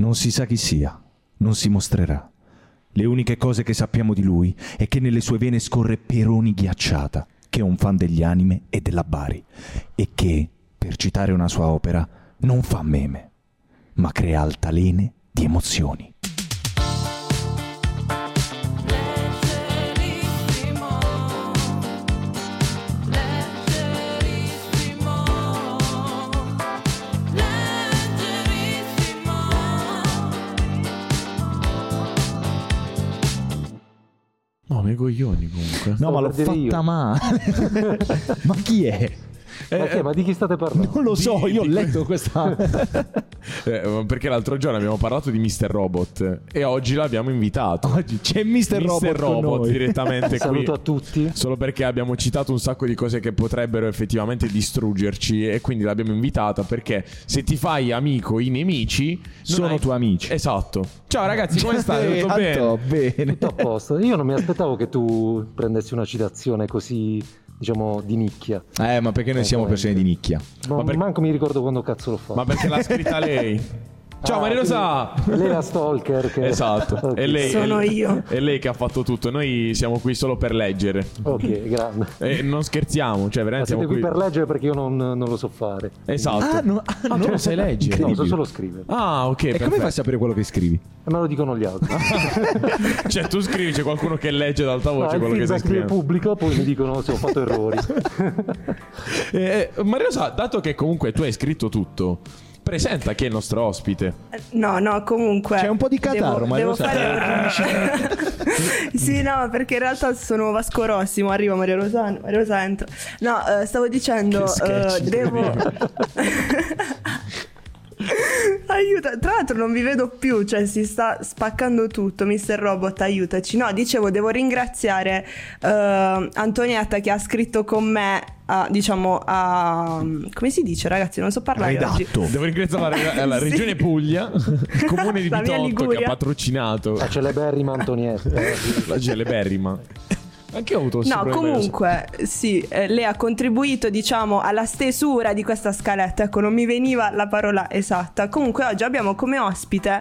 Non si sa chi sia, non si mostrerà. Le uniche cose che sappiamo di lui è che nelle sue vene scorre Peroni Ghiacciata, che è un fan degli anime e della Bari, e che, per citare una sua opera, non fa meme, ma crea altalene di emozioni. No, mi coglioni comunque. No, ma per l'ho dire fatta io. male. ma chi è? Eh, Ma, che- ma di chi state parlando? Non lo Di- so, io ho di- letto questa... Eh, ma perché l'altro giorno abbiamo parlato di Mr. Robot e oggi l'abbiamo invitato. Oggi c'è Mr. Robot, Mr. con Robot noi. direttamente qui. Saluto a tutti. Solo perché abbiamo citato un sacco di cose che potrebbero effettivamente distruggerci e quindi l'abbiamo invitata perché se ti fai amico i nemici non Sono hai- tuoi amici. Esatto. Ciao ragazzi, come Eh, state? Tutto bene? Tanto Eh, bene. Tutto a posto. Io non mi aspettavo che tu prendessi una citazione così, diciamo, di nicchia. Eh, ma perché noi siamo persone di nicchia? Ma, Ma per- manco mi ricordo quando cazzo l'ho fatto. Ma perché l'ha scritta lei? Ciao Ah, Maria Rosa! quindi Lei è la stalker che... Esatto, Ok. è lei, Sono è lei- io. È lei che ha fatto tutto. Noi siamo qui solo per leggere. Ok, grande. E non scherziamo, cioè Ma veramente siete Eh, siamo qui qui. per leggere perché io non, non lo so fare. Cioè, Esatto. Ah, no, ah, no. tu lo sai leggere? No, so Incredibile. solo scrivere. Ah, ok. E come perfetto. fai a sapere quello che scrivi? E me lo dicono gli altri. Cioè, tu scrivi, c'è qualcuno che legge ad alta Ah, voce il quello che stai feedback del scrivendo. pubblico poi mi dicono se ho fatto errori. Eh, eh, Maria Rosa, dato che comunque tu hai scritto tutto, presenta chi è il nostro ospite. No, no, comunque. C'è un po' di catarro, devo, ma devo lo sai. fare una pubblicità. sì, no, perché in realtà sono Vasco Rossimo, arriva Maria Rosa, Maria Rosa entra. No, eh, stavo dicendo, Che sketch, eh, devo Aiuto, tra l'altro non vi vedo più, cioè si sta spaccando tutto, Mr. Robot, aiutaci. No, dicevo, devo ringraziare eh, Antonietta che ha scritto con me, a- diciamo, a... come si dice ragazzi, non so parlare oggi. Devo ringraziare la, la Sì. regione Puglia, il comune di La mia Bitotto che ha Liguria. patrocinato La celeberrima Antonietta. la celeberrima. Anche io ho avuto No, sempre- comunque, sì, eh, lei ha contribuito, diciamo, alla stesura di questa scaletta. Ecco, non mi veniva la parola esatta. Comunque, oggi abbiamo come ospite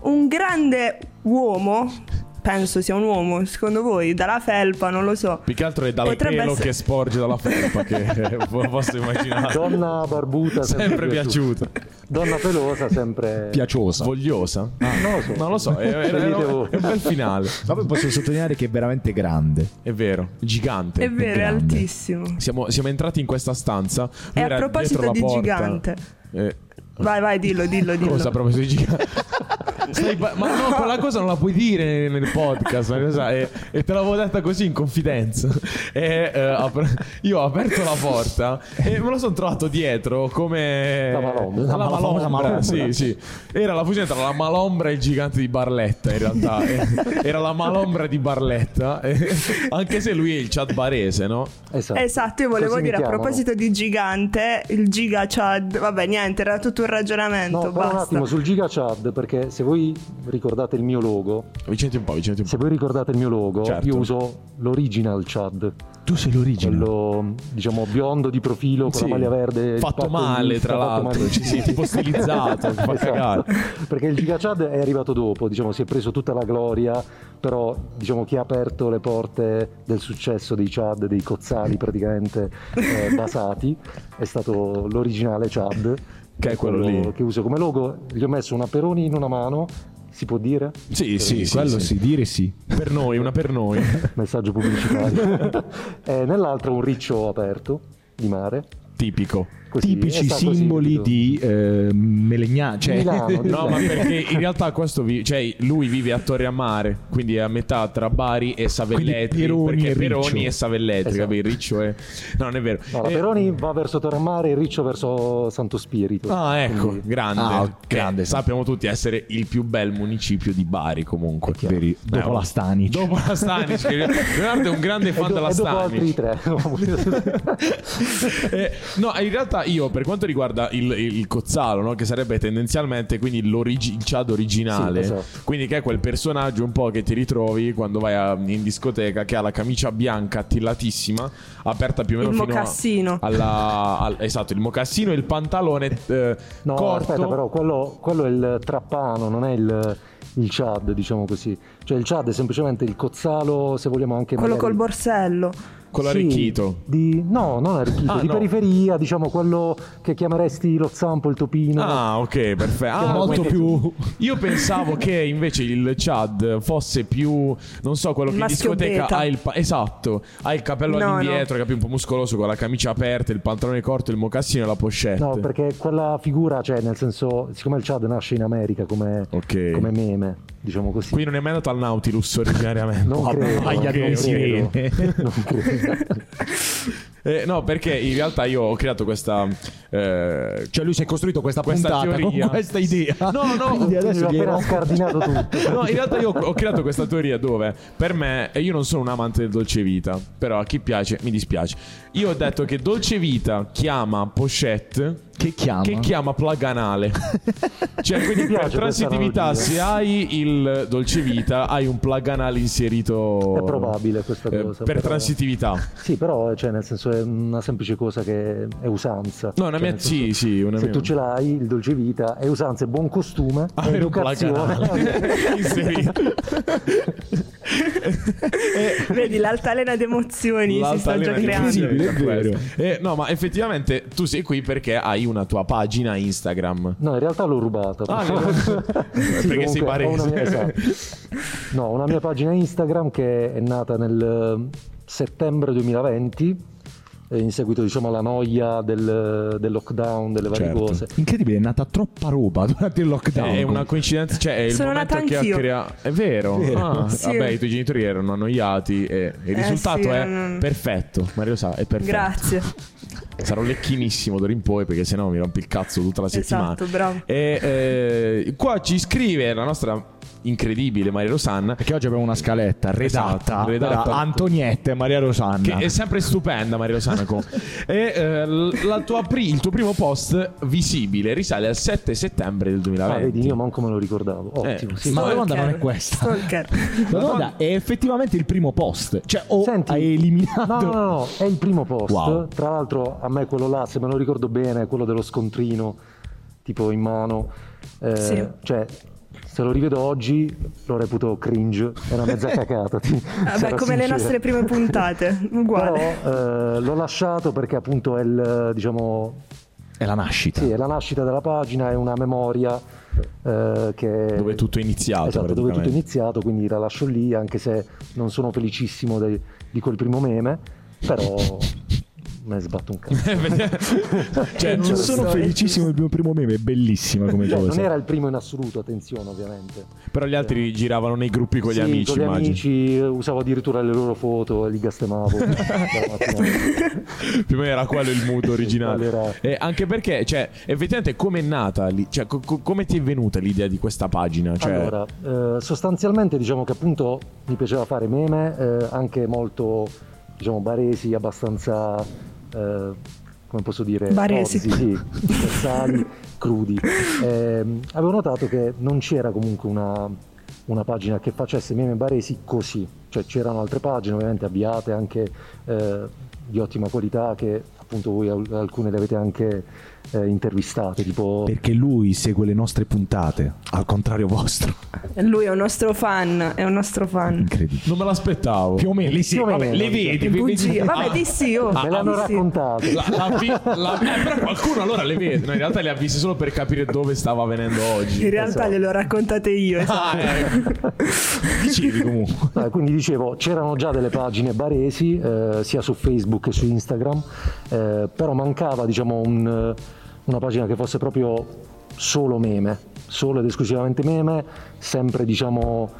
un grande uomo. Penso sia un uomo, secondo voi, dalla felpa, non lo so. Più che altro è dal Potrebbe pelo essere- che sporge dalla felpa che posso immaginare. Donna barbuta Sempre piaciuta. Donna pelosa sempre Piaciosa. Svogliosa? Ah, Non lo so. Non lo so, è, è- è- Scegliete voi. è un bel finale. Ma poi posso sottolineare che è veramente grande. È vero, gigante. È vero, è grande. altissimo. Siamo, siamo entrati in questa stanza. lui E a era proposito dietro la di porta. gigante. Eh, Vai, vai, dillo, dillo, dillo. cosa a proposito di gigante? Stai pa- ma no, quella cosa non la puoi dire nel, nel podcast. ma cosa- e, e te l'avevo detta così in confidenza. E, eh, ap- io ho aperto la porta e me lo sono trovato dietro come La malombra. La La mal- malombra, famosa malombra. Sì, sì. Era la fusione tra la malombra e il gigante di Barletta. In realtà, Eh, era la malombra di Barletta. eh, anche se lui è il chat barese, no? Esatto. Esatto, io volevo Così mi dire a chiamano. proposito di gigante, il giga chad, vabbè niente, era tutto un No, ragionamento, però un basta. attimo sul Giga Chad perché se voi ricordate il mio logo, Vicente un po', Vicente un po'. se voi ricordate il mio logo, Certo. io uso l'original Chad, Tu sei l'origine. quello diciamo biondo di profilo con Sì. la maglia verde, il fatto patto male inizio, tra fatto l'altro, male. ci si tipo stilizzato, fa Esatto. cagare. Perché il Giga Chad è arrivato dopo, diciamo, si è preso tutta la gloria, però diciamo chi ha aperto le porte del successo dei Chad, dei cozzali praticamente eh, basati, è stato l'originale Chad. Che è quello lì. Che uso come logo, gli ho messo una peroni in una mano, si può dire? Sì, sì, sì, quello sì. sì, dire sì. Per noi, una per noi. Messaggio pubblicitario. e nell'altra un riccio aperto di mare. Tipico. così, Tipici è stato così simboli subito. di eh, Melegnà, cioè Milano, di- No, ma perché in realtà questo vi- cioè, lui vive a Torre a Mare, quindi è a metà tra Bari e Savelletri. Quindi Peroni perché e Peroni Riccio. e Savelletri, Esatto. capito? Riccio è. No, non è vero. No, la Eh, Peroni va verso Torremare, il Riccio verso Santo Spirito. Ah, ecco, Quindi- grande. Ah, grande, Che sì. Sappiamo tutti essere il più bel municipio di Bari, comunque. Veri- dopo Eh, la Stanic. Dopo la Stanic. che- Leonardo è un grande E fan do- della e dopo Stanic. altri tre. Eh, no, in realtà realtà io, per quanto riguarda il, il Cozzalo, no? che sarebbe tendenzialmente quindi l'origi- il Chad originale, Sì, esatto. quindi che è quel personaggio un po' che ti ritrovi quando vai a- in discoteca, che ha la camicia bianca attillatissima, aperta più o meno Il fino a- Ah, mocassino. alla, al- esatto, il mocassino e il pantalone eh, No, corto. aspetta, però quello, quello è il trappano, non è il, il Chad, diciamo così. Cioè il Chad è semplicemente il cozzalo, se vogliamo anche Quello magari- col borsello. Con Sì, l'arricchito. di- no, non arricchito, Ah, di no. periferia, diciamo quello che chiameresti lo zampo, il topino. Ah, ok, perfetto. Ah, molto quindi- più- Io pensavo che invece il Chad fosse più. Non so, quello Il che in maschio discoteca beta. ha il. pa- esatto, ha il capello No, all'indietro, capi, un po' muscoloso, con la camicia aperta, il pantalone corto, il mocassino e la pochette. No, perché quella figura, cioè nel senso, siccome il Chad nasce in America come, Ok. come meme, diciamo così. Quindi non è mai andato al Nautilus originariamente. Non credo, voglia, non non si credo. vede. Non credo. Eh, no, perché in realtà io ho creato questa. eh, Cioè lui si è costruito questa, Questa puntata teoria. con questa idea. No, no, Quindi Quindi adesso ho gli- appena scardinato tutto. No, in realtà io ho creato questa teoria dove per me, e io non sono un amante del dolce vita, però a chi piace mi dispiace. Io ho detto che dolce vita chiama pochette Che chiama? che chiama plaganale. cioè, quindi per piace transitività, questa se hai il dolce vita, hai un plaganale inserito. È probabile questa eh, cosa, Per però- transitività. Sì, però cioè, nel senso è una semplice cosa che è usanza. No, una Cioè, mia. nel senso, Sì, sì, una Se mia. tu ce l'hai, il dolce vita è usanza, è buon costume, è avere un educazione. plaganale inserito. Vedi l'altalena d'emozioni si sta già L'altalena di creando. possibile. Instagram, è vero. questo. Eh, no, ma effettivamente tu sei qui perché hai una tua pagina Instagram. No, in realtà l'ho rubata. Ah, Sì, l'hai- perché sei comunque, ho una barese. mia- esatto. No, una mia pagina Instagram che è nata nel eh, settembre 2020, eh, in seguito diciamo alla noia del, del lockdown, delle varie Certo. cose. Incredibile, è nata troppa roba durante il lockdown. È una coincidenza, cioè è il Sono momento nata che ha anch'io. creato. È vero. Ah, Sì. Eh, Vabbè, i tuoi genitori erano annoiati e il risultato sì, è non- perfetto. Mario sa, è perfetto. Grazie. Sarò lecchinissimo d'ora in poi perché sennò mi rompi il cazzo tutta la settimana. Esatto, bravo. E eh, qua ci scrive la nostra incredibile Maria Rosanna Perché oggi abbiamo una scaletta redatta, Esatto, redatta. da Antonietta e Maria Rosanna. Che è sempre stupenda, Maria Rosanna. comunque. e eh, l- la tua pri- il tuo primo post visibile risale al 7 settembre del Ah, 2020. vedi, io manco me lo ricordavo. Eh, Ottimo, sì. Ma la Stalker. domanda non è questa. Stalker. La domanda è effettivamente il primo post. Cioè, o Senti, hai eliminato. No, no, no, no, è il primo post. Wow. Tra l'altro, a me quello là, se me lo ricordo bene, è quello dello scontrino, tipo in mano. Eh, Sì. Cioè, se lo rivedo oggi, lo reputo cringe, è una mezza cacata. ti- Vabbè, sarò Ah, come le sincero. nostre prime puntate, uguale. Però eh, l'ho lasciato perché appunto è il, diciamo, È la nascita. sì, è la nascita della pagina, è una memoria eh, che... Dove tutto è iniziato. Esatto, dove tutto è praticamente. iniziato, quindi la lascio lì, anche se non sono felicissimo dei- di quel primo meme, però me sbatto un cazzo. cioè, Eh, Non Giusto, sono è felicissimo giusto. del mio primo meme, è bellissima come Cioè, cosa. non era il primo in assoluto, attenzione ovviamente. però gli altri giravano nei gruppi con gli Sì, amici, con gli immagino. amici eh, usavo addirittura le loro foto e li gastemavo. dalla mattina. Più o meno era quello il mood originale. quello era- Eh, anche perché, cioè, effettivamente, come è nata lì? Cioè, co- co- come ti è venuta l'idea di questa pagina? Cioè, Allora, eh, sostanzialmente diciamo che appunto mi piaceva fare meme, eh, anche molto, diciamo, baresi, abbastanza, eh, come posso dire, Baresi. rozzi, sì, universali, crudi. Ehm, avevo notato che non c'era comunque una, una pagina che facesse meme baresi così, cioè c'erano altre pagine ovviamente avviate anche eh, di ottima qualità che appunto voi al- alcune le avete anche eh, intervistate, tipo... Perché lui segue le nostre puntate, al contrario vostro. Lui è un nostro fan, è un nostro fan. Incredibile. non me l'aspettavo. Più o meno, lì sì. Più o Vabbè, meno, diciamo. le sì. vedi. Bugie. Vabbè, Ah. di sì, oh. Me l'hanno Di sì. raccontato. La- la vi- la- eh, però qualcuno allora le vede. No, in realtà le ha viste solo per capire dove stava avvenendo In oggi. realtà glielo raccontate io. esatto. Ah, ecco. Dicevi comunque. Eh, quindi dicevo, c'erano già delle pagine baresi, eh, sia su Facebook che su Instagram, eh, però mancava diciamo, un, una pagina che fosse proprio solo meme, solo ed esclusivamente meme, sempre diciamo,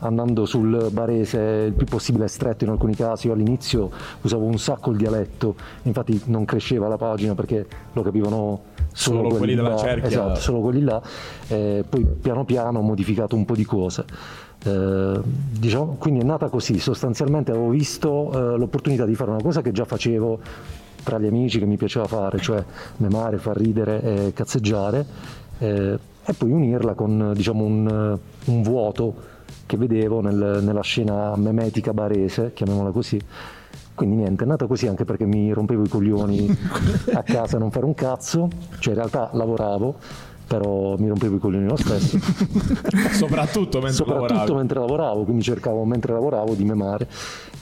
andando sul barese il più possibile stretto in alcuni casi. Io all'inizio usavo un sacco il dialetto, infatti non cresceva la pagina perché lo capivano solo, Solo quelli della là. cerchia. Esatto, solo quelli là. Eh, poi piano piano ho modificato un po' di cose. Eh, diciamo, quindi è nata così, sostanzialmente avevo visto eh, l'opportunità di fare una cosa che già facevo tra gli amici che mi piaceva fare, cioè memare, far ridere e cazzeggiare, eh, e poi unirla con diciamo, un, un vuoto che vedevo nel- nella scena memetica barese, chiamiamola così. Quindi niente, è nata così anche perché mi rompevo i coglioni a casa a non fare un cazzo, cioè in realtà lavoravo, però mi rompevo i coglioni lo stesso Soprattutto mentre soprattutto lavoravi. mentre lavoravo, quindi cercavo mentre lavoravo di memare.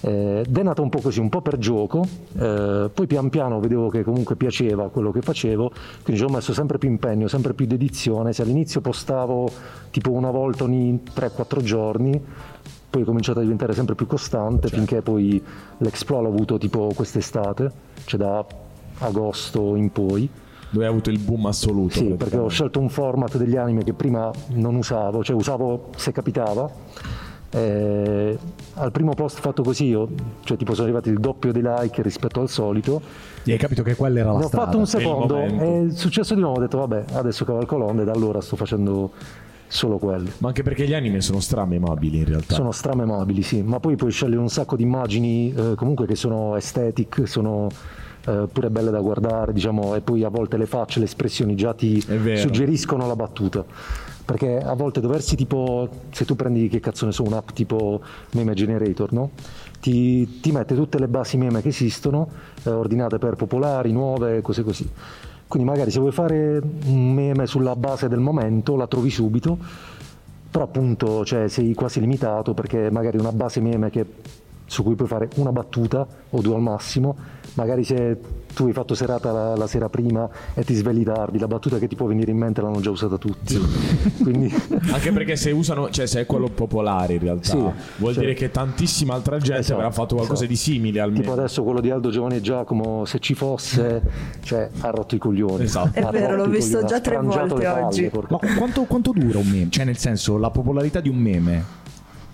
Eh, ed è nata un po' così, un po' per gioco, eh, poi pian piano vedevo che comunque piaceva quello che facevo, quindi ci ho messo sempre più impegno, sempre più dedizione, se all'inizio postavo tipo una volta ogni 3-4 giorni, poi è cominciato a diventare sempre più costante Certo. finché poi l'Explo l'ho avuto tipo quest'estate, cioè da agosto in poi. Dove hai avuto il boom assoluto. Sì, perché ho scelto un format degli anime che prima non usavo, cioè usavo se capitava. Eh, al primo post fatto così, io, cioè tipo sono arrivati il doppio dei like rispetto al solito. Gli hai capito che quella era la ne ho strada. fatto un è il secondo, momento. è successo di nuovo, ho detto vabbè, adesso cavalco l'onda e da allora sto facendo solo quelli. Ma anche perché gli anime sono stramemabili in realtà. Sono stramemabili, sì, ma poi puoi scegliere un sacco di immagini eh, comunque che sono aesthetic, sono eh, pure belle da guardare, diciamo, e poi a volte le facce, le espressioni già ti È vero. suggeriscono la battuta. Perché a volte doversi tipo, se tu prendi che cazzo ne so, un'app tipo Meme Generator, no? Ti, ti mette tutte le basi meme che esistono, eh, ordinate per popolari, nuove, cose così. Quindi magari se vuoi fare un meme sulla base del momento, la trovi subito, però appunto cioè, sei quasi limitato perché magari una base meme che- su cui puoi fare una battuta o due al massimo, magari se tu hai fatto serata la, la sera prima e ti svegli tardi, la battuta che ti può venire in mente l'hanno già usata tutti. Quindi Anche perché se usano, cioè se è quello popolare in realtà, Sì, vuol cioè- dire che tantissima altra gente Esatto, avrà fatto qualcosa esatto. di simile almeno. tipo adesso quello di Aldo Giovanni e Giacomo, se ci fosse, cioè ha rotto i coglioni. Esatto. È Ha rotto vero, l'ho i visto coglioni, già ha tre sfrangiato volte le palle, oggi. porca Ma quanto, quanto dura un meme? Cioè, nel senso, la popolarità di un meme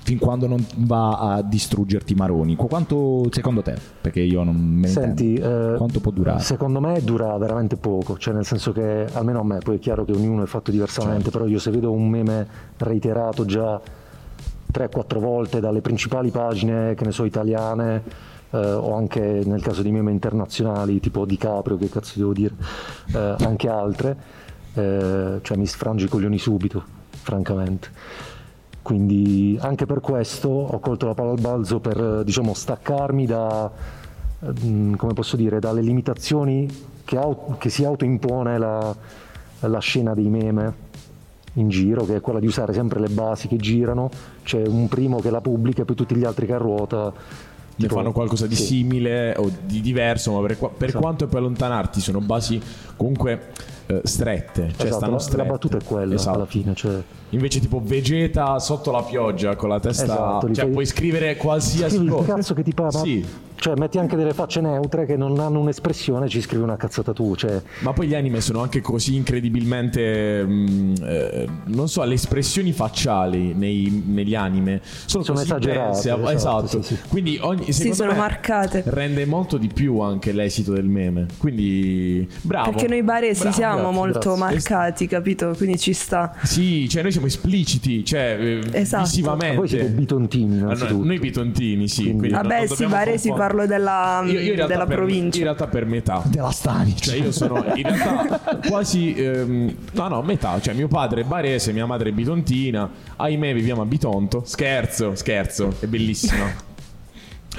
fin quando non va a distruggerti i maroni. Qu- Quanto secondo te? Perché io non me ne Senti, intendo. eh, quanto può durare? Secondo me dura veramente poco, cioè nel senso che almeno a me, poi è chiaro che ognuno è fatto diversamente, Certo. però io se vedo un meme reiterato già 3-4 volte dalle principali pagine, che ne so, italiane eh, o anche nel caso di meme internazionali, tipo DiCaprio, che cazzo devo dire, eh, anche altre, eh, cioè mi sfrangio i coglioni subito, francamente. Quindi anche per questo ho colto la palla al balzo per eh, diciamo, staccarmi da, ehm, come posso dire, dalle limitazioni che, au- che si autoimpone la, la scena dei meme in giro, che è quella di usare sempre le basi che girano, c'è un primo che la pubblica e poi tutti gli altri che a ruota. Che tipo- fanno qualcosa di sì. Esatto. simile o di diverso, ma per, qua- per quanto puoi allontanarti sono basi comunque eh, strette. Cioè Esatto, stanno la, la strette. battuta è quella Esatto. alla fine. Cioè, Invece tipo Vegeta sotto la pioggia con la testa... Esatto, li cioè fai- puoi scrivere qualsiasi scrivi il cosa. cazzo che ti parla. Sì. Cioè, metti anche delle facce neutre che non hanno un'espressione, ci scrivi una cazzata tu. Cioè, Ma poi gli anime sono anche così incredibilmente. mm, eh, non so, le espressioni facciali nei- negli anime sono, Sono così esagerate, intense, esatto, esatto. sì, sì. Quindi ogni. Sì, secondo sono me marcate. Rende molto di più anche l'esito del meme. Quindi, bravo. Perché noi baresi Bravo, siamo grazie, molto grazie. marcati, capito? Quindi ci sta. Sì, cioè noi siamo espliciti, cioè eh, Esatto. visivamente. voi siete bitontini, Ah, no, innanzitutto. noi bitontini, sì. Quindi- quindi non- Vabbè, non sì, dobbiamo baresi confondere. parlo della, Io- io in realtà della per- provincia. In realtà per metà. Della Stani. Cioè io sono in realtà quasi ehm, No no metà Cioè mio padre è barese Mia madre è bitontina Ahimè viviamo a Bitonto Scherzo Scherzo È bellissimo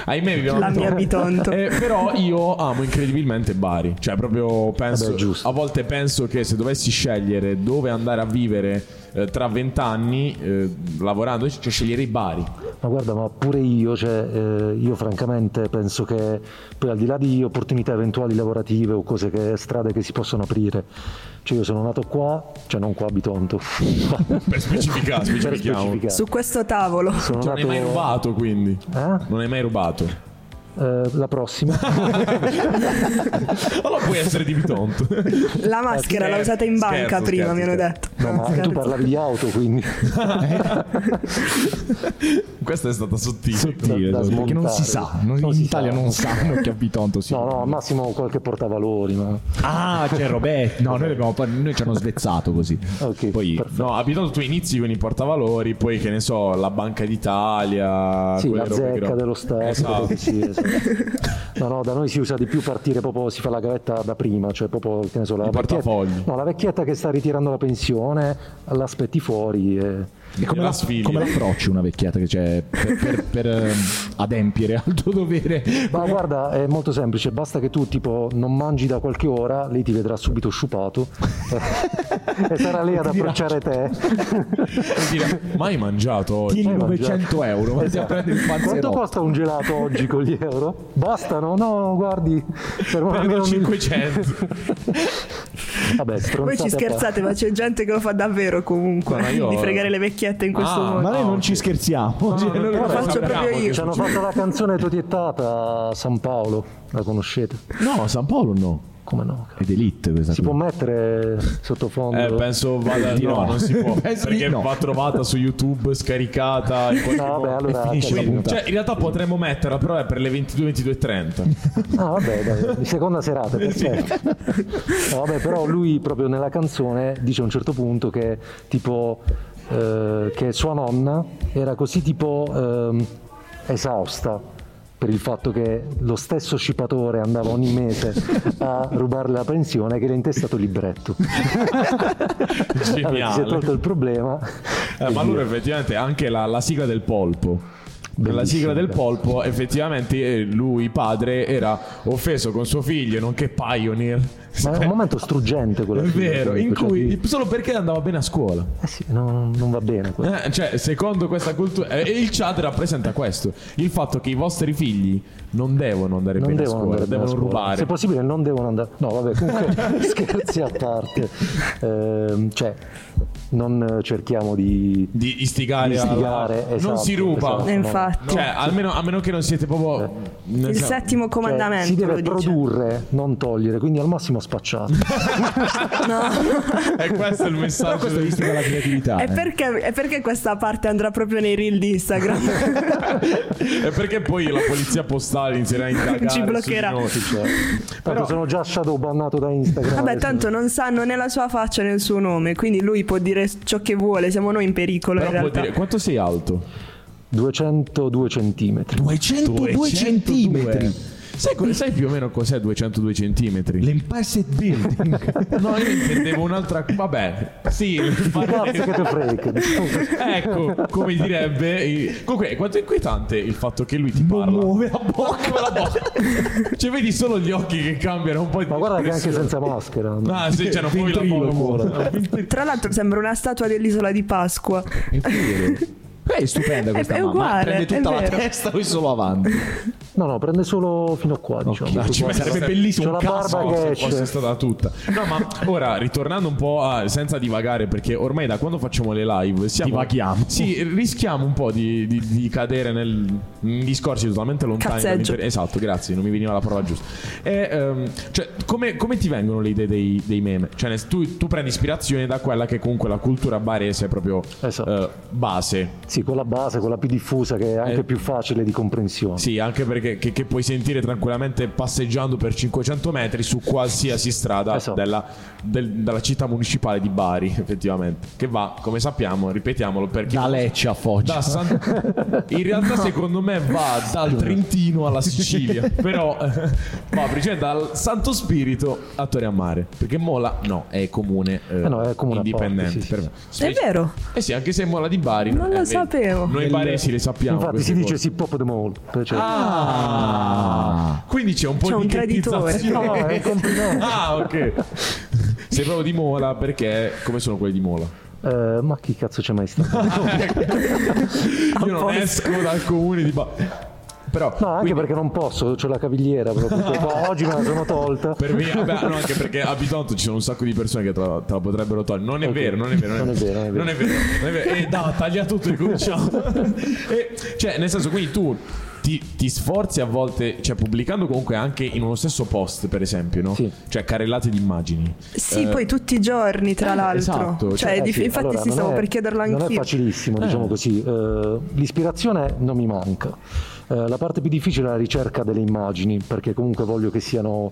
Ahimè viviamo La a Bitonto mia bitonto. Eh, però io amo incredibilmente Bari, cioè proprio penso, Vabbè, giusto. a volte penso che se dovessi scegliere dove andare a vivere eh, tra vent'anni, eh, lavorando, cioè sceglierei Bari. Ma guarda, ma pure io, cioè, eh, io francamente penso che poi al di là di opportunità eventuali lavorative o cose che, strade che si possono aprire, cioè io sono nato qua, cioè non qua a Bitonto, Per specificare, specifichiamo. per specificare. Su questo tavolo. Sono Cioè, non hai mai rubato quindi? Eh? Non hai mai rubato? Eh, la prossima, Allora puoi essere di Bitonto. La maschera l'ha scherzo, usata in banca scherzo, prima, Eh, scherzo, mi hanno scherzo. detto. No, ma tu parlavi di auto, quindi Questa è stata sottile. sottile, da sottile, che non si sa, smontare. non- Non in si Italia sa. non sanno che abitonto si no, no, al massimo qualche portavalori. Ma... Ah, c'è Roberto. No, noi, l'abbiamo par- noi ci hanno svezzato così. Ok, Poi perfetto. No, abitando tu inizi con i portavalori, poi che ne so, la Banca d'Italia, Sì, quelle la robe zecca gro- dello Stato. Esatto. cose così, esatto. No, no, da noi si usa di più partire proprio, si fa la gavetta da prima, cioè proprio, che ne so, la Il vecchietta- portafoglio. No, la vecchietta che sta ritirando la pensione, l'aspetti fuori e... E come, La la- sfili. come l'approcci una vecchiata che c'è per, per- per, ehm, adempiere al tuo dovere? Ma guarda, è molto semplice, basta che tu tipo non mangi da qualche ora, lei ti vedrà subito sciupato e sarà lei ad dirà- approcciare te. Per dire, mai mangiato oggi? Tieni Hai 900 euro, vai a eh, Esatto. prendere il Quanto panzerotto. costa un gelato oggi con gli euro? Bastano? No, guardi, per me Perdo almeno un- Cioè, 500. Vabbè, Voi stronzate a parte. ci scherzate, ma c'è gente che lo fa davvero comunque Ma io- di fregare le vecchiette in questo Ah, modo. Ma noi Ah, non ok. ci scherziamo. Cioè, no, noi- no, Vabbè, Lo faccio sappiamo proprio che io. Ci hanno fatto la canzone Totiettata a San Paolo, la conoscete? no, San Paolo no. Come no? Ed elite questa Si qui. può mettere sottofondo? Eh, penso vada Di no, no. non si può. Penso di perché Eh, no. va trovata su YouTube, scaricata. in qualche No, vabbè, modo. allora... finisce cioè, la puntata. Cioè, in realtà potremmo metterla, però è per le 22, 22 e 30. Ah, vabbè, dai, seconda serata, Eh, perfetto. No, vabbè, però lui proprio nella canzone dice a un certo punto che tipo eh, che sua nonna era così tipo ehm, esausta per il fatto che lo stesso scipatore andava ogni mese a rubarle la pensione che le ha intestato il libretto. Vabbè, si è Geniale. tolto il problema. Eh, ma allora effettivamente anche la, la sigla del polpo. La Bellissimo, sigla del ragazzi. polpo, effettivamente eh, lui, padre, era offeso con suo figlio, nonché Pioneer. Ma è un momento struggente quello. È vero, in cui solo perché andava bene a scuola. Eh sì, no, non va bene quello. Eh, cioè, secondo questa cultura. eh, E il chat rappresenta questo: il fatto che i vostri figli non devono andare Non bene a devono scuola, andare devono a scuola. rubare. Se possibile, non devono andare. No, vabbè, comunque scherzi a parte. Ehm, cioè, non eh, cerchiamo di. Di istigare, Di alla- istigare, non esatto, si ruba. esatto. Eh, Infatti, Cioè, almeno, a meno che non siete proprio. nel il senso- settimo cioè, comandamento si deve lo diciamo. dice. produrre, non togliere, quindi al massimo spacciato. E eh, questo è il messaggio. Questo è visto dalla creatività. E eh. perché, e perché questa parte andrà proprio nei reel di Instagram? E perché poi la polizia postale inizierà a indagare Ci bloccherà. su di noi, cioè. Tanto sono già shadow bannato da Instagram. Vabbè, adesso. tanto non sanno né la sua faccia né il suo nome, quindi lui può dire ciò che vuole, siamo noi in pericolo Però in può realtà. dire quanto sei alto? 202 centimetri. 202 centimetri. Sai, co- sai più o meno cos'è 202 centimetri? L'Empire State Building. No, io intendevo un'altra. Vabbè, sì, Cazzo che te frega. ecco come direbbe. il- Comunque, quanto è inquietante il fatto che lui ti non parla. muove la Ma bocca. come la bocca? Cioè, vedi solo gli occhi che cambiano un po' di. Ma guarda che anche espressione. senza maschera. Ah, sì, cioè, non muovi la bocca. Tra l'altro sembra una statua dell'isola di Pasqua. È vero. Beh, è stupenda questa È mamma. uguale, Prende è tutta la vero. testa, lui solo avanti. No, no, prende solo fino a qua. Diciamo. Ah, ci Qua- sarebbe C'ho bellissimo la un barba casco. che- se esce. fosse stata tutta. No, ma ora ritornando un po' a, senza divagare, perché ormai da quando facciamo le live siamo, Divaghiamo. Sì, rischiamo un po' di, di- di cadere nel, in discorsi totalmente lontani. Cazzeggio. dall'inter- Esatto, grazie, non mi veniva la parola giusta. E, ehm, cioè, come, come ti vengono le idee dei, dei meme? Cioè, nel- tu, tu prendi ispirazione da quella che comunque la cultura barese è proprio Esatto. eh, base. Sì, quella base, quella più diffusa che è anche Eh. più facile di comprensione. Sì, anche perché che, che puoi sentire tranquillamente passeggiando per 500 metri su qualsiasi strada Esatto. della, del- della città municipale di Bari, effettivamente. Che va, come sappiamo, ripetiamolo, perché Da Lecce a Foggia. da San- In realtà, secondo me, va dal Trentino alla Sicilia. Però eh, va cioè dal Santo Spirito a Torre a Mare. Perché Mola no, è comune, eh, Eh no, è comune a indipendente. parte, sì, sì, per me. È vero. Eh sì, anche se è Mola di Bari. Non eh, lo vedi, sapevo. Noi baresi le sappiamo. Infatti queste si dice cose. si pop the mall. Cioè, Ah, quindi c'è un po' C'è di un traditore. ghettizzazione. No, è un complimento. Ah, ok. Sei proprio di Mola perché come sono quelli di Mola? eh, ma chi cazzo c'è mai stato? Io non esco dal comune di Ba- Però No, anche quindi, perché non posso, ho la cavigliera proprio. Cioè, qua oggi me la sono tolta. per me- vabbè, no, anche perché a Bitonto ci sono un sacco di persone che te la, te la potrebbero togliere. Non è Ok. vero, non è vero, non è vero. Non è vero. non è vero. E da, taglia tutto e cominciamo. E, cioè, nel senso, quindi tu ti, ti sforzi a volte, cioè pubblicando comunque anche in uno stesso post, per esempio, no? Sì. Cioè carrellate di immagini. Sì, Eh, poi tutti i giorni, tra eh, l'altro. esatto, Cioè, cioè, è Eh dif- sì, infatti, allora, sì, non stavo è- per chiederlo anch'io. Non è facilissimo, diciamo così. Eh, l'ispirazione non mi manca. Eh, la parte più difficile è la ricerca delle immagini, perché comunque voglio che siano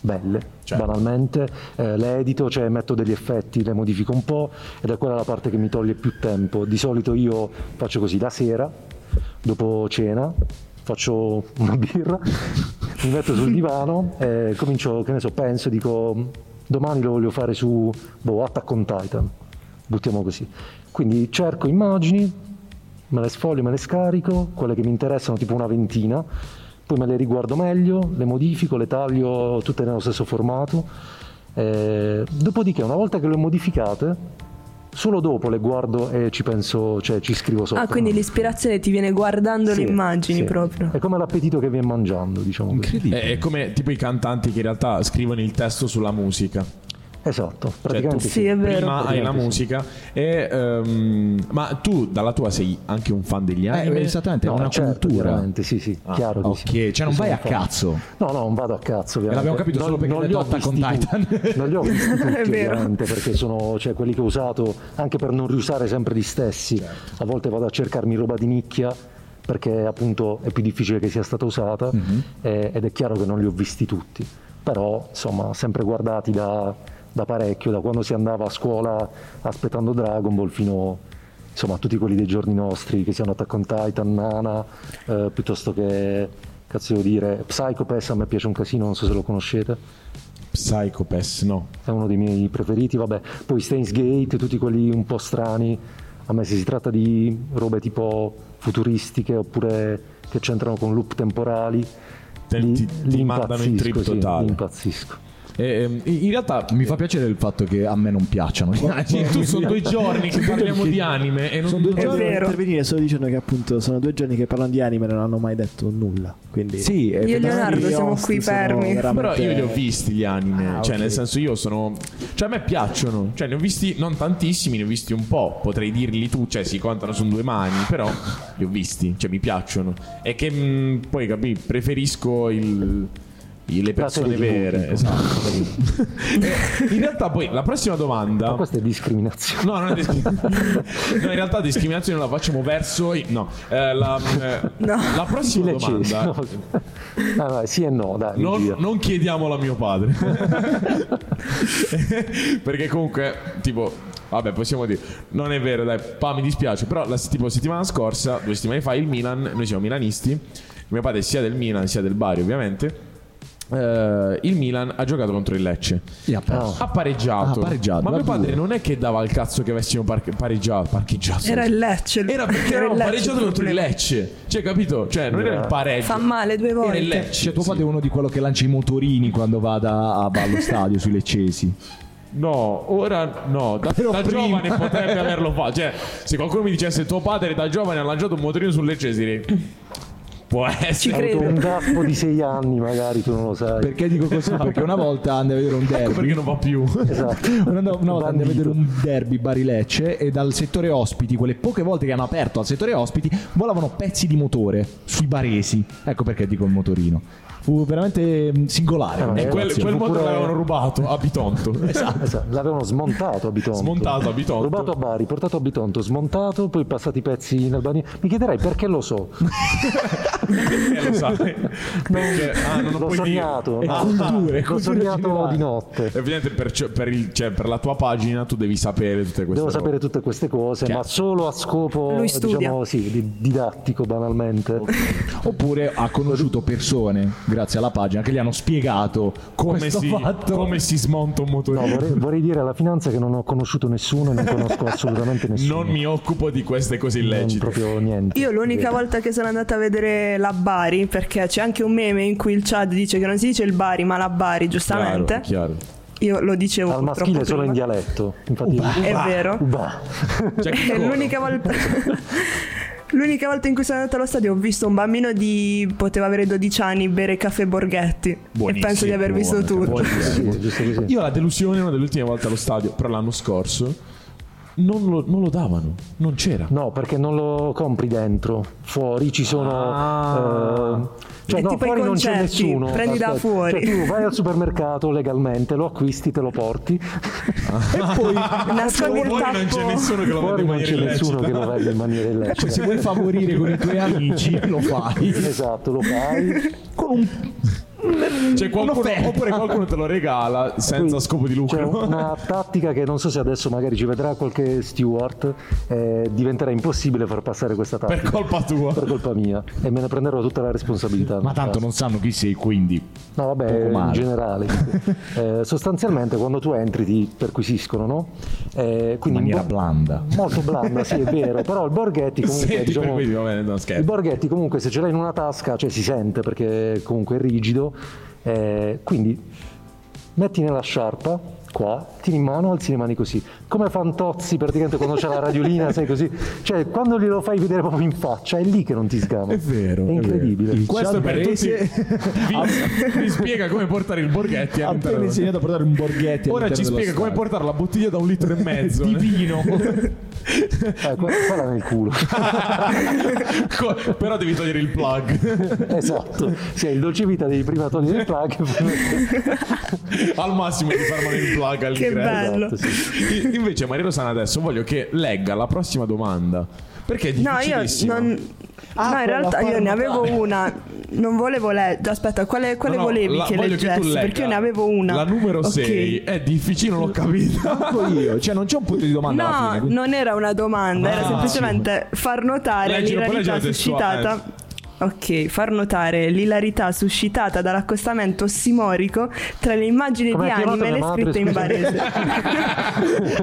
belle, Certo. banalmente. Eh, le edito, cioè metto degli effetti, le modifico un po' ed è quella la parte che mi toglie più tempo. Di solito io faccio così la sera, dopo cena, faccio una birra, mi metto sul divano e comincio, che ne so, penso, dico domani lo voglio fare su boh, Attack on Titan, buttiamo così. Quindi cerco immagini, me le sfoglio, me le scarico, quelle che mi interessano tipo una ventina, poi me le riguardo meglio, le modifico, le taglio tutte nello stesso formato. Eh, dopodiché una volta che le ho modificate, solo dopo le guardo e ci penso, cioè ci scrivo sopra. Ah, quindi l'ispirazione ti viene guardando Sì, le immagini sì. proprio. È come l'appetito che viene mangiando, diciamo così. Incredibile. È, è come tipo i cantanti che in realtà scrivono il testo sulla musica. Esatto, Certo. praticamente tu- sì. Sì, è vero. Prima hai la Praticamente sì. musica. E, ehm, ma tu dalla tua sei anche un fan degli anime. Eh, esattamente, è No, una certo, cultura. chiaramente, sì, sì, chiaro di sì. Ok, cioè non Io vai sono a fan. cazzo. No, no, non vado a cazzo. ovviamente. l'abbiamo capito non, solo perché non hai li ho detto visti Attack on tutti. Non li ho visti tutti, È vero. ovviamente, perché sono cioè, quelli che ho usato anche per non riusare sempre gli stessi. Certo. A volte vado a cercarmi roba di nicchia perché appunto è più difficile che sia stata usata Mhm. eh, ed è chiaro che non li ho visti tutti. Però, insomma, sempre guardati da, da parecchio, da quando si andava a scuola aspettando Dragon Ball fino insomma a tutti quelli dei giorni nostri, che siano Attack on Titan, Nana, eh, piuttosto che cazzo devo dire, Psycho Pass a me piace un casino, non so se lo conoscete, Psycho Pass, no. è uno dei miei preferiti, vabbè, poi Steins Gate, tutti quelli un po' strani, a me se si tratta di robe tipo futuristiche oppure che c'entrano con loop temporali, Te- lì- ti- ti lì mandano in impazzisco, trip sì, lì totale. impazzisco. E, ehm, in realtà Ah, Mi fa piacere il fatto che a me non piacciono. Ah, Eh, Cioè, Sì, tu sono due giorni che parliamo di anime e non Sono due È giorni per vero. intervenire solo dicendo che appunto sono due giorni che parlano di anime e non hanno mai detto nulla. Quindi Sì, Io e effettivamente- Leonardo Gli siamo host qui sono fermi. veramente- Però io li ho visti gli anime, Ah, cioè ok. nel senso io sono... Cioè a me piacciono, cioè ne ho visti non tantissimi, ne ho visti un po', potrei dirli tu, cioè si contano su due mani, però li ho visti, cioè mi piacciono. E che mh, poi capì, preferisco il... i- Le persone serie TV, vere, tipo. esatto. Eh, In realtà, poi la prossima domanda. Ma questa è discriminazione. No, non è discrim- no, in realtà discriminazione la facciamo verso. i- No, Eh, la, eh, No. la prossima Dilecesi, domanda. no. Ah, dai, sì e no, dai, Non, via. non chiediamola a mio padre. Perché comunque, tipo, vabbè, possiamo dire, non è vero, dai, pa, mi dispiace, però la tipo, settimana scorsa, due settimane fa, il Milan, noi siamo milanisti, mio padre è sia del Milan sia del Bari ovviamente. eh, il Milan ha giocato contro il Lecce. Sì, ha perso. Ha pareggiato. Ah, ha pareggiato, Ma va mio padre due. non è che dava il cazzo che avessimo par- pareggiato. Parcheggiato. Era il Lecce. il- Era perché era il eravamo Lecce pareggiato il contro il problema. Lecce. Cioè, capito? Cioè, non era il pareggio. Fa male due Era il volte. Lecce. Cioè, tuo sì. padre è uno di quello che lancia i motorini quando va da- a- allo stadio sui leccesi. No, ora no, da, Però da prima. giovane potrebbe averlo fatto. Cioè, se qualcuno mi dicesse tuo padre da giovane ha lanciato un motorino sul Lecce, direi può Ci essere. Hai avuto credo. un gaffo di sei anni, magari tu non lo sai. Perché dico così? Perché una volta andai a vedere un Ecco derby. perché non va più. Esatto. Una, una volta andai a vedere Bandito. un derby Bari-Lecce e dal settore ospiti, quelle poche volte che hanno aperto al settore ospiti, volavano pezzi di motore sui baresi. Ecco perché dico il motorino. Fu veramente mm, singolare. Ah, come eh, Quel, situazione. quel Fu motorino pure- l'avevano rubato a Bitonto. Esatto, l'avevano smontato a Bitonto. Smontato a Bitonto. Rubato a Bari, portato a Bitonto, smontato, poi passati i pezzi in Albania. Mi chiederai perché lo so. Eh, lo sai. Perché- ah, non lo L'ho puoi dire. sognato. È no. cultura, è L'ho cultura sognato generale. di notte. Evidentemente per, cio- per il- cioè, per la tua pagina tu devi sapere tutte queste Devo cose. sapere tutte queste cose, Chiaro. ma solo a scopo Lui studia. diciamo sì, di- didattico banalmente. Oppure ha conosciuto persone, grazie alla pagina, che gli hanno spiegato come questo si, fatto. come si smonta un No, motorino. vorrei, vorrei dire alla finanza che non ho conosciuto nessuno e non conosco assolutamente nessuno. non mi occupo di queste cose Non illecite. proprio niente. Io l'unica volta che sono andata a vedere la Bari, perché c'è anche un meme in cui il Chad dice che non si dice il Bari, ma la Bari, Chiaro, giustamente. chiaro. Io lo dicevo Al purtroppo maschile solo in prima. dialetto. Infatti, È vero. Uba. Cioè, che E cosa? l'unica volta. L'unica volta in cui sono andata allo stadio ho visto un bambino di. poteva avere 12 anni bere caffè Borghetti. Buonissimo, e penso di aver visto buono, tutto. buonissimo. Sì, giusto così. Io la delusione una delle ultime volte allo stadio, però l'anno scorso non lo, non lo davano, non c'era. No, perché non lo compri dentro. Fuori ci sono. Ah. ehm, cioè, È no, tipo i fuori non c'è concerti, nessuno. prendi da fuori. Cioè, tu vai al supermercato legalmente, lo acquisti, te lo porti. E poi Nascondi il Fuori non c'è tappo. nessuno che lo vede fuori in non maniera c'è nessuno illecita. che lo vende in maniera illecita. Poi se vuoi favorire con i tuoi amici lo fai esatto, lo fai. con un C'è Cioè, qualcuno, Un'offerta. oppure qualcuno te lo regala senza Quindi scopo di lucro. C'è Cioè, una tattica che non so se adesso magari ci vedrà qualche steward. eh, diventerà impossibile far passare questa tattica. Per colpa tua. Per colpa mia. E me ne prenderò tutta la responsabilità. Ma tanto non sanno chi sei, quindi. No, vabbè, Poco in male. generale. Eh, sostanzialmente quando tu entri ti perquisiscono, no? Eh, quindi In maniera un blanda. Molto blanda, sì, è vero. Però il Borghetti comunque... Senti diciamo, per quelli, va bene, no, il scherzo. Borghetti comunque se ce l'hai in una tasca, cioè si sente perché comunque è rigido. eh, quindi metti nella sciarpa, qua, tieni in mano, alzi le mani così. Come Fantozzi praticamente quando c'è la radiolina, sai così. Cioè quando glielo fai vedere proprio in faccia, è lì che non ti sgama. È vero, è È vero. incredibile. Questo è per tutti. Cialbarese Vi, vi spiega come portare il borghetti ha appena all'interno. insegnato a portare un borghetti. Ora ci spiega come portare la bottiglia da un litro e mezzo. Di vino. Eh, que- quella nel culo. Co- Però devi togliere il plug Esatto, sì, il dolce vita devi prima togliere il plug. al massimo ti fermano il plug Che all'ingresso. bello. Esatto, sì. I- Invece, Maria Rosana, adesso voglio che legga la prossima domanda. Perché è No, io difficilissima. non. Ah, no, in quella realtà farmacale. io ne avevo una. Non volevo leggere. Aspetta, quale, quale No, no, volevi la- che voglio tu leggessi? legga Perché io ne avevo una. La numero Ok. 6 è difficile, non l'ho capita. Ecco io, cioè non c'è un punto di domanda alla No, fine. quindi- non era una domanda, era Ah. semplicemente far notare Leggilo, poi l'ilarità leggilo testuale. suscitata. Ok, far notare l'ilarità suscitata dall'accostamento simorico tra le immagini Come di ha chiamato anime e le mia madre, scritte in scusa?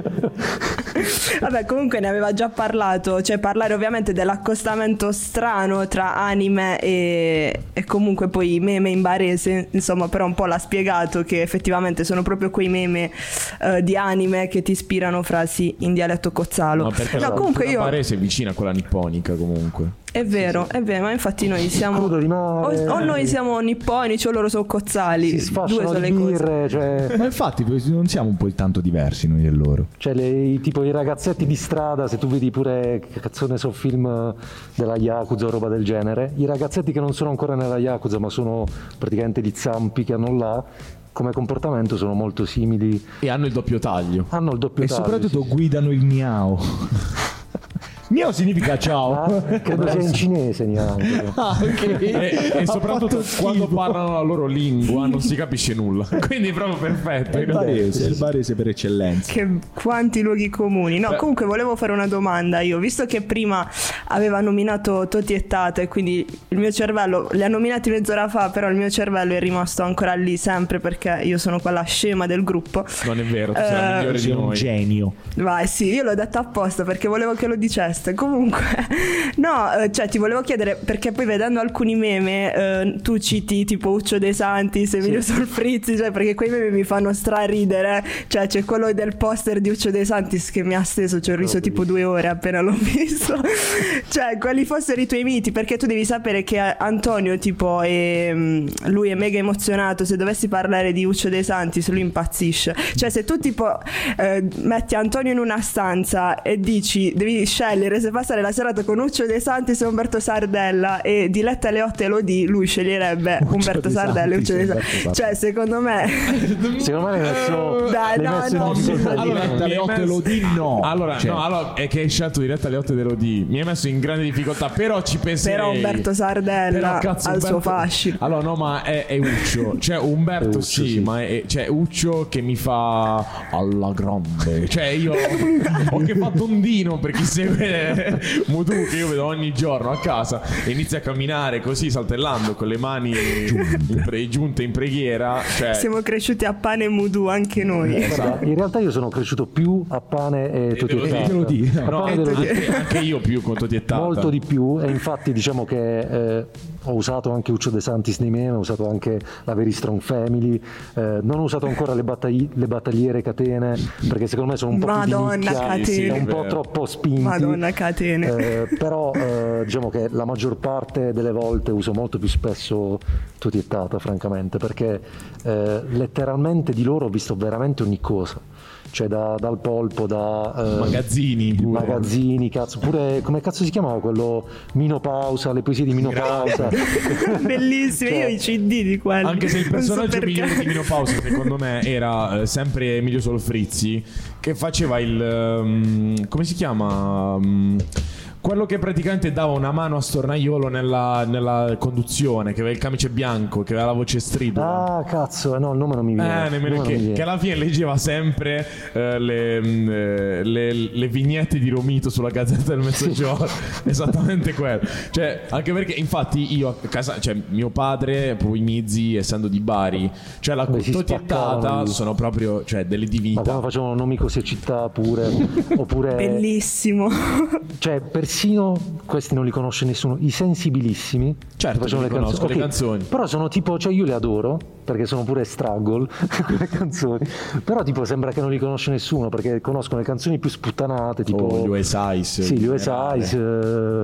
barese. Vabbè, comunque ne aveva già parlato, cioè parlare ovviamente dell'accostamento strano tra anime e, e comunque poi meme in barese, insomma, però un po' l'ha spiegato che effettivamente sono proprio quei meme eh, di anime che ti ispirano frasi in dialetto cozzalo. Ma perché no, la comunque io Barese è vicina a quella nipponica comunque. è vero, è vero, ma infatti noi siamo Crudo di o, mare. o noi siamo nipponici o loro sono cozzali, si due sfasciano le sono le cose. birre, cioè, Ma infatti non siamo un po' tanto diversi noi e loro. cioè le- i- tipo i ragazzetti di strada, se tu vedi pure, che cazzo ne so, film della Yakuza o roba del genere, i ragazzetti che non sono ancora nella Yakuza ma sono praticamente gli zampi che hanno là, come comportamento sono molto simili, E hanno il doppio taglio. hanno il doppio e taglio, soprattutto sì, guidano il miao. miao significa sì. ciao. Ah, credo sia in cinese neanche. Ah, ok. E, e Ha soprattutto fatto quando schifo. parlano la loro lingua non si capisce nulla. Quindi è proprio perfetto. È il barese, è il barese per eccellenza. Che quanti luoghi comuni. No, Beh. comunque volevo fare una domanda io, visto che prima aveva nominato Toti e Tata e quindi il mio cervello li ha nominati mezz'ora fa, però il mio cervello è rimasto ancora lì sempre perché io sono quella scema del gruppo. Non è vero, tu sei la Eh, migliore di Sei un noi. genio. Vai, sì, io l'ho detto apposta perché volevo che lo diceste. Comunque, no, eh, cioè ti volevo chiedere perché poi vedendo alcuni meme eh, tu citi tipo Uccio De Santis, Emilio Solfrizzi, cioè perché quei meme mi fanno straridere. Cioè c'è quello del poster di Uccio De Santis che mi ha steso, ci ho riso tipo due ore appena l'ho visto. cioè, quali fossero i tuoi miti? Perché tu devi sapere che eh, Antonio, tipo, è, mm, lui è mega emozionato. Se dovessi parlare di Uccio De Santis, lui impazzisce. Cioè, se tu tipo eh, metti Antonio in una stanza e dici devi scegliere se passare la serata con Uccio De Santis e Umberto Sardella e Diletta Leotta e Lodi, lui sceglierebbe Umberto De Sardella e Santis Uccio De e Santis. esatto, Umberto Cioè, secondo me, Secondo me l'hai messo, Dai, l'hai no, messo no. in difficoltà. Allora, Diletta mi hai Leotta e messo- Lodi, no. Allora, Cioè- no, allora è che hai scelto diretta alle 8 dell'OD. Mi hai messo in grande difficoltà, però ci penserei. però Umberto Sardella Però, cazzo, al suo Umberto- fascino. Allora, no, ma è, è Uccio. Cioè, Umberto È Uccio, sì, sì. ma è cioè, Uccio che mi fa alla grande. Cioè, io ho che fa tondino per chi segue Mutu, che io vedo ogni giorno a casa e inizia a camminare così, saltellando con le mani in pre- giunte in preghiera. Cioè, Siamo cresciuti a pane e mudu anche noi. Eh, Guarda, in realtà io sono cresciuto più a pane e tutti lo dico. Te lo eh, dico. A no, pane delle- anche, anche io più con Totti e Tata. molto di più e infatti diciamo che eh, ho usato anche Uccio De Santis nei meme, ho usato anche la Very Strong Family, eh, non ho usato ancora le, battagli- le battagliere catene perché secondo me sono un po' più di Madonna, nicchia, catene. un po' Vero. troppo spinti. Madonna, catene. Eh, però eh, eh, diciamo che la maggior parte delle volte uso molto più spesso tutiettata, francamente, perché eh, letteralmente di loro ho visto veramente ogni cosa. Cioè da- dal polpo, da eh, Magazzini. pure. magazzini, cazzo, pure come cazzo si chiamava quello Minopausa, le poesie di Minopausa. Bellissime, io ho i CD di quelli. Cioè, Anche se il Non so personaggio perché. migliore di Mino Pausa, secondo me, era eh, sempre Emilio Solfrizzi, che faceva il. ehm, come si chiama? Mm, quello che praticamente dava una mano a Stornaiolo nella, nella conduzione, che aveva il camice bianco, che aveva la voce stridula. ah, cazzo, eh, no, il nome non mi viene. Eh, nemmeno il nome non mi che, viene. che alla fine leggeva sempre eh, le, mm, eh, le- le vignette di Romito sulla Gazzetta del Mezzogiorno. Esattamente quello. Cioè, anche perché, infatti, io a casa, cioè, mio padre, poi i miei zii, essendo di Bari, cioè la Beh, si cottottiettata spaccavano. sono proprio cioè, delle Ma divinità. quando facevano nomi così a città pure, oppure... Bellissimo. Cioè, persino questi non li conosce nessuno, i sensibilissimi. Certo facevano che li conosco, le Ok, canzoni. Però sono tipo, cioè io le adoro, perché sono pure struggle le canzoni. Però tipo sembra che non li conosce nessuno, perché conoscono le canzoni più sputtanate, tipo... Oh, gli US Ice. Sì, gli in US generale. Ice, eh,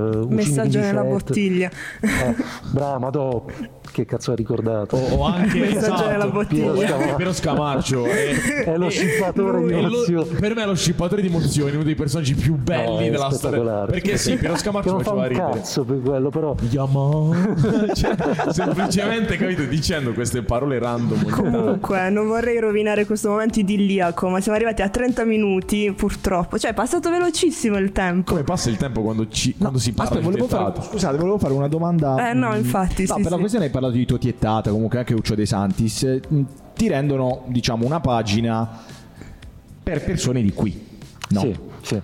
Uccini Messaggio nella 17. bottiglia. Eh, brava, madò, che cazzo ha ricordato? O, o anche Messaggio esatto, nella bottiglia. o anche Piero Scamarcio. e- È lo e- scippatore di E lo- emozioni. per me Eh, è lo scippatore di emozioni, uno dei personaggi più No, belli è della storia. spettacolare. Perché sì, Piero Che Scamarcio non fa faceva un ridere. cazzo per quello, però Chiamò. Cioè, semplicemente, capito, dicendo queste parole random. ogni tanto. Comunque, non vorrei rovinare questo momento idilliaco, ma siamo arrivati a 30 minuti, purtroppo. Cioè, è passato velocissimo il tempo. Come passa il tempo quando, ci, quando si parla Aspetta, di volevo fare, teatro? scusate, volevo fare una Ah. domanda. Eh, no, mh, infatti, No, sì, per la sì. questione hai parlato di Totiettata, comunque anche Uccio De Santis. eh, mh, Ti rendono, diciamo, una pagina per persone di qui. No. sì, sì.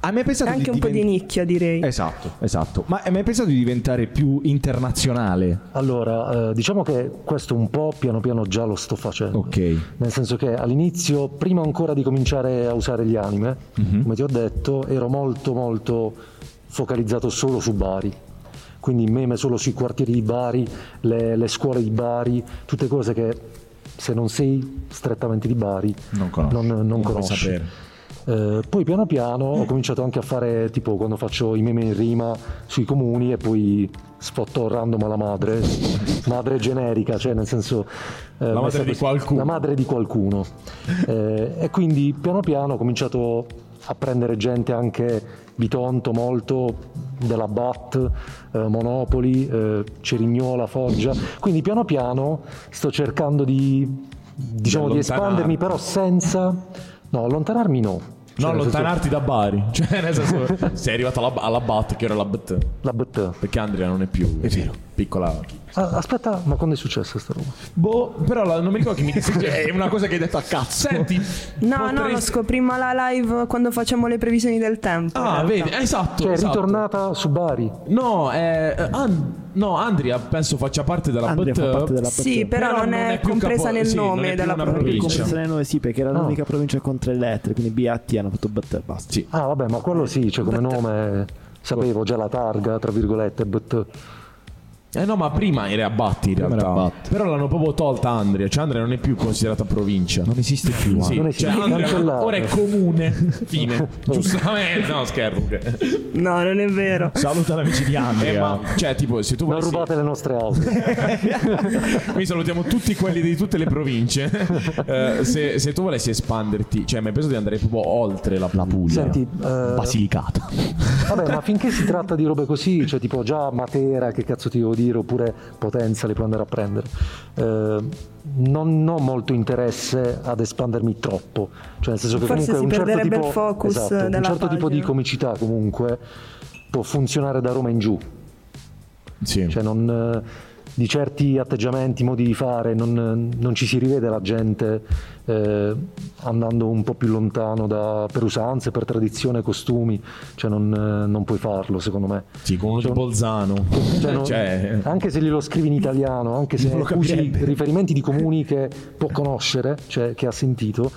Hai mai pensato Anche di un po' di divent- nicchia, direi. Eh, Esatto, esatto. Ma hai mai pensato di diventare più internazionale? Allora, eh, diciamo che questo un po' piano piano già lo sto facendo. Ok. Nel senso che all'inizio, prima ancora di cominciare a usare gli anime, Mhm. come ti ho detto, ero molto molto focalizzato solo su Bari. Quindi meme solo sui quartieri di Bari, le, le scuole di Bari, tutte cose che se non sei strettamente di Bari Non conosci. non, non Non puoi conosci. sapere. Eh, poi piano piano ho cominciato anche a fare tipo quando faccio i meme in rima sui comuni e poi sfotto random alla madre, madre generica, cioè nel senso... eh, La madre messa di così- qualcuno. La madre di qualcuno. Eh, e quindi piano piano ho cominciato a prendere gente anche di Tonto molto, della Bat, eh, Monopoli, eh, Cerignola, Foggia. Quindi piano piano sto cercando di... Diciamo di allontanarmi. espandermi, però senza... No, allontanarmi no. No, Cioè, nel senso- allontanarti da Bari. Cioè, nel senso, sei arrivato alla, alla Bat, che era la BT. La BT. Perché Andrea non è più. È vero. Piccola. Ah, aspetta, ma quando è successa sta roba? Boh, però la- non mi ricordo che mi disse. cioè, è una cosa che hai detto a cazzo. Senti. No, no, potresti- lo scopriamo alla live quando facciamo le previsioni del tempo. Ah, vedi, eh, esatto. Cioè, è esatto. ritornata su Bari. No, eh, An- no, Andrea penso faccia parte della Andrea BT. fa parte della Sì, battaglia. però, non è, più compresa capo- nel sì, non è nome più della una provincia. Compresa nelle nuove, sì, perché era No. l'unica provincia con tre lettere, quindi BAT hanno fatto BAT e basta. Sì. Ah, vabbè, ma quello sì, cioè come nome sapevo già la targa, tra virgolette, but Eh no, ma prima era Batti in Prima realtà. era Batti. Però l'hanno proprio tolta Andrea, cioè Andrea non è più considerata provincia. Non esiste più. Sì, non cioè esiste, Andrea cancellata. ora è comune. Fine. Giustamente, no, scherzo. No, non è vero. Saluta l'amici di Andrea. Eh, ma cioè, tipo, se tu non volessi- rubate le nostre auto. Qui salutiamo tutti quelli di tutte le province. Eh, se, se tu volessi espanderti, cioè, mi hai pensato di andare proprio oltre la, La Puglia. Senti, eh, Basilicata. vabbè, ma finché si tratta di robe così, cioè tipo già Matera, che cazzo ti devo dire, oppure Potenza, le puoi andare a prendere. eh, non ho molto interesse ad espandermi troppo, cioè nel senso che Forse comunque si un certo perderebbe tipo, il focus esatto, un della certo tipo di pagina. comicità comunque può funzionare da Roma in giù. Sì. cioè non, eh, di certi atteggiamenti, modi di fare, non, eh, non ci si rivede la gente eh, andando un po' più lontano da- per usanze, per tradizione, costumi, cioè non, eh, non puoi farlo secondo me. Sì, con uno di Cioè, Bolzano. Cioè, non- Cioè, anche se glielo scrivi in italiano, anche se Eh, Non lo usi capirebbe. riferimenti di comuni che può conoscere, cioè che ha sentito,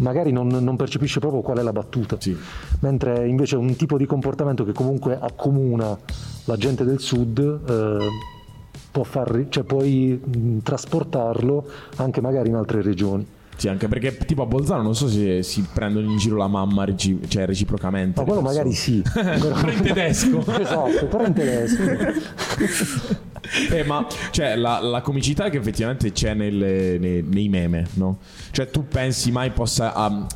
magari non, non percepisce proprio qual è la battuta. Sì. Mentre invece un tipo di comportamento che comunque accomuna la gente del sud eh, può far, ri- cioè puoi mh, trasportarlo anche magari in altre regioni. Sì, anche perché tipo a Bolzano non so se si prendono in giro la mamma reci- cioè reciprocamente. Ma quello le magari persone. sì. però- Però in tedesco. esatto, però in tedesco. Eh, ma cioè, la, la comicità che effettivamente c'è nelle- nei, nei meme, no? Cioè, tu pensi mai possa. ah,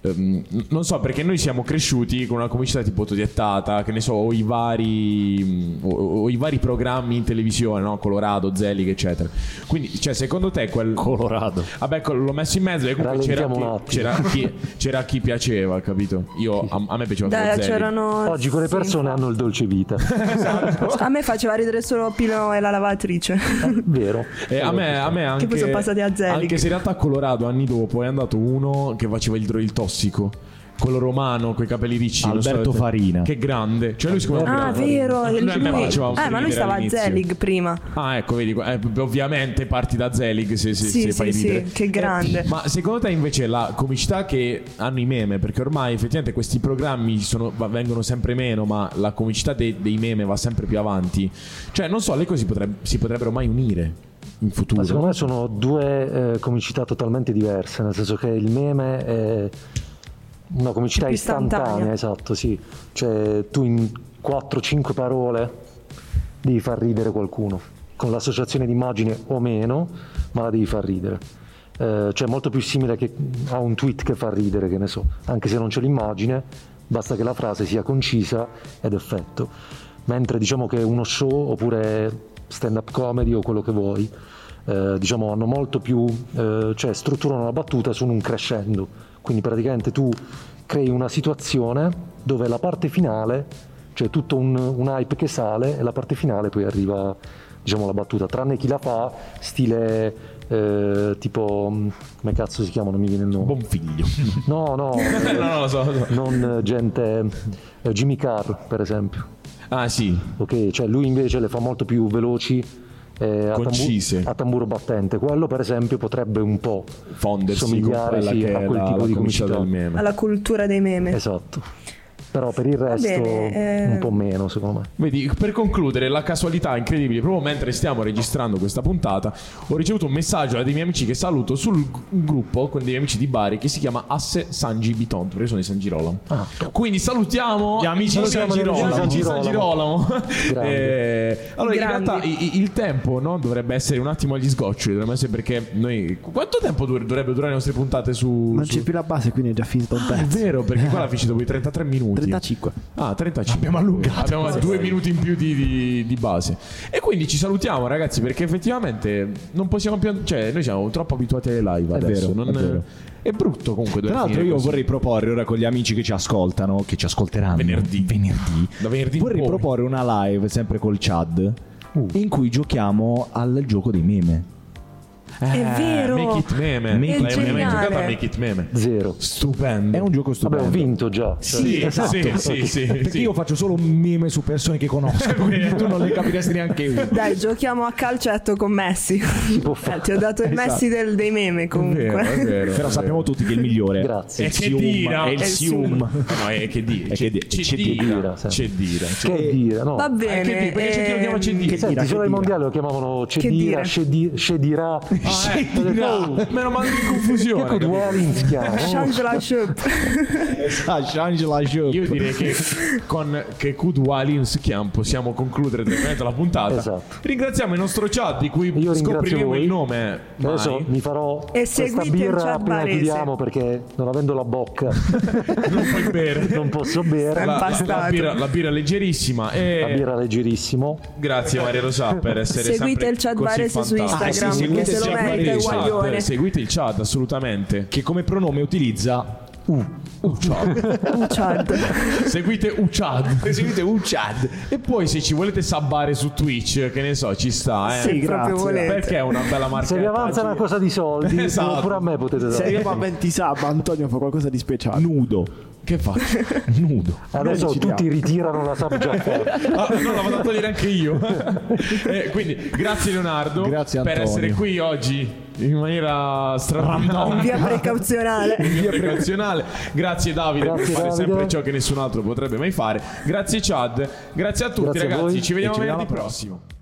ehm, non so, perché noi siamo cresciuti con una comicità tipo autodiettata, che ne so, o i vari, o, o i vari programmi in televisione, no? Colorado, Zelig, eccetera. Quindi, cioè, secondo te quel. Colorado. Vabbè, col- l'ho messo in mezzo e comunque c'era Rallentiamo un chi, attimo. c'era, chi, c'era chi piaceva, capito? Io, a, a me piaceva solo Dai, Zelig. c'erano. Oggi quelle sì. persone hanno il dolce vita. A me faceva ridere solo Pino e la lavatrice. Vero. Eh, a, me, a me anche, poi sono passati a Zelig. anche se in realtà a Colorado anni dopo è andato uno che faceva il, dro- il tossico. Quello romano, coi capelli ricci. non so- Alberto Farina. Che grande. Cioè lui si chiamava ah, Alberto Farina. vero. Lui a me lui- faceva Eh, ma lui ridere stava a all'inizio. Zelig prima. Ah, ecco, vedi. eh, ovviamente parti da Zelig se, se, Sì, se fai sì, ridere. sì, che grande. Ma secondo te invece la comicità che hanno i meme, perché ormai effettivamente questi programmi sono- va- vengono sempre meno, ma la comicità dei, dei meme va sempre più avanti. Cioè, non so, le cose si, potreb- si potrebbero mai unire in futuro. Ma secondo me sono due eh, comicità totalmente diverse, nel senso che il meme è una comicità Più istantanea. istantanea, esatto, sì. Cioè tu in 4-5 parole devi far ridere qualcuno, con l'associazione di immagine o meno, ma la devi far ridere. Eh, cioè è molto più simile che- a un tweet che fa ridere, che ne so, anche se non c'è l'immagine, basta che la frase sia concisa ed effetto. Mentre diciamo che uno show oppure stand-up comedy o quello che vuoi, eh, diciamo, hanno molto più, eh, cioè strutturano la battuta su un crescendo. Quindi praticamente tu crei una situazione dove la parte finale, cioè tutto un, un hype che sale e la parte finale poi arriva, diciamo, la battuta, tranne chi la fa, stile eh, tipo, mh, come cazzo si chiama, non mi viene il nome. Buon figlio. No, no, eh, no, no, lo so, lo so. non eh, gente, eh, Jimmy Carr per esempio. Ah, sì. Ok, cioè lui invece le fa molto più veloci. eh, a, tambu- Concise. a tamburo battente quello per esempio potrebbe un po' fondersi con somigliare quella sì, che a è quel la, tipo la di comicità comicità del meme. Alla cultura dei meme. Eh, esatto però per il resto bene, eh. un po' meno secondo me Vedi, per concludere, la casualità incredibile, proprio mentre stiamo registrando questa puntata, ho ricevuto un messaggio da dei miei amici che saluto sul g- gruppo con dei miei amici di Bari che si chiama Asse Sangi Bitonto, perché io sono di San Girolamo. Ah, Quindi salutiamo Gli amici di di San San Girolamo. Girolamo. Di San Girolamo. Grandi. Eh, allora, in Grandi. realtà i- i- il tempo no, dovrebbe essere un attimo agli sgoccioli, dovrebbe essere perché noi... Quanto tempo dur- dovrebbe durare le nostre puntate su... Non su- c'è più la base, quindi è già finita un È pezzo. vero, perché qua la finisce dopo i 33 minuti. 35. Ah, 35. Abbiamo allungato. Abbiamo due minuti in più di, di- di base. E quindi ci salutiamo, ragazzi, perché effettivamente non possiamo più. Cioè, noi siamo troppo abituati alle live. adesso. vero, non- è vero. è brutto comunque. dover Tra l'altro, finire io così. vorrei proporre ora con gli amici che ci ascoltano, che ci ascolteranno Venerdì. venerdì, Da venerdì in vorrei poi. proporre una live sempre col Chad in cui giochiamo al gioco dei meme. È vero. Eh, Make it meme. Make Eh, it L'hai mai meme. giocato a Geniale. Make it meme. zero Stupendo. È un gioco vabbè ho stupendo. vinto già Sì, sì, sì, sì, Perché sì. io faccio solo meme su persone che conosco, quindi tu non le capiresti neanche uno. Dai, giochiamo a calcetto con Messi. può Eh, ti ho dato il Messi del- dei meme Esatto. È comunque. vero, è vero. Però sappiamo tutti che il migliore Grazie. è il E che Sium, tira. è È il il Sium. No, è che dire. È che C'è dire. dire, C'è c'è dire. dire, sì. C'è dire. c'è- che dire no Va bene. Eh, che dire, perché c'è chi lo chiama Cedira. ehm, Senti, Dira, solo che ai dira. mondiali lo chiamavano Cedira, dire? Cedi- Cedirà. Ah, eh, Meno male in confusione. Che capito? duelli in chiaro. Change Oh. la shape. Ah, Esatto, change la show. Io direi che con che Kudwalins Chiam possiamo concludere direttamente la puntata. Esatto. Ringraziamo il nostro chat di cui Io ringrazio scopriremo voi. il nome. eh, mai. Adesso mi farò E questa seguite il birra chat appena barese. chiudiamo perché non avendo la bocca non puoi bere. non posso bere. La, Sta La, la Impastato. birra, la birra leggerissima. E birra leggerissimo. Grazie Maria Rosà per essere Seguite sempre il chat così Barese su fantastica. Instagram, che se lo il chat merita il Barese. guaglione. Seguite il chat assolutamente. Che come pronome utilizza Chad. Seguite Uchad. Seguite Uchad. E poi se ci volete sabbare su Twitch, che ne so, ci sta, eh. Se grazie. proprio volete. Perché è una bella marca. Se vi avanza una cosa di soldi, Esatto. pure a me potete Se dare. arriviamo a 20 sub, Antonio fa qualcosa di speciale. Nudo, Che fa? nudo. Adesso Noi decidiamo. tutti ritirano la sub già fatta. Ah, no, la vado a togliere anche io. Eh, quindi, grazie Leonardo Grazie, per Antonio. essere qui oggi in maniera In straordinaria. via precauzionale. Via precauzionale. Grazie Davide per Grazie, fare Davide. sempre ciò che nessun altro potrebbe mai fare. Grazie Chad, grazie a tutti Grazie a ragazzi, voi ci vediamo e ci vediamo venerdì alla prossimo.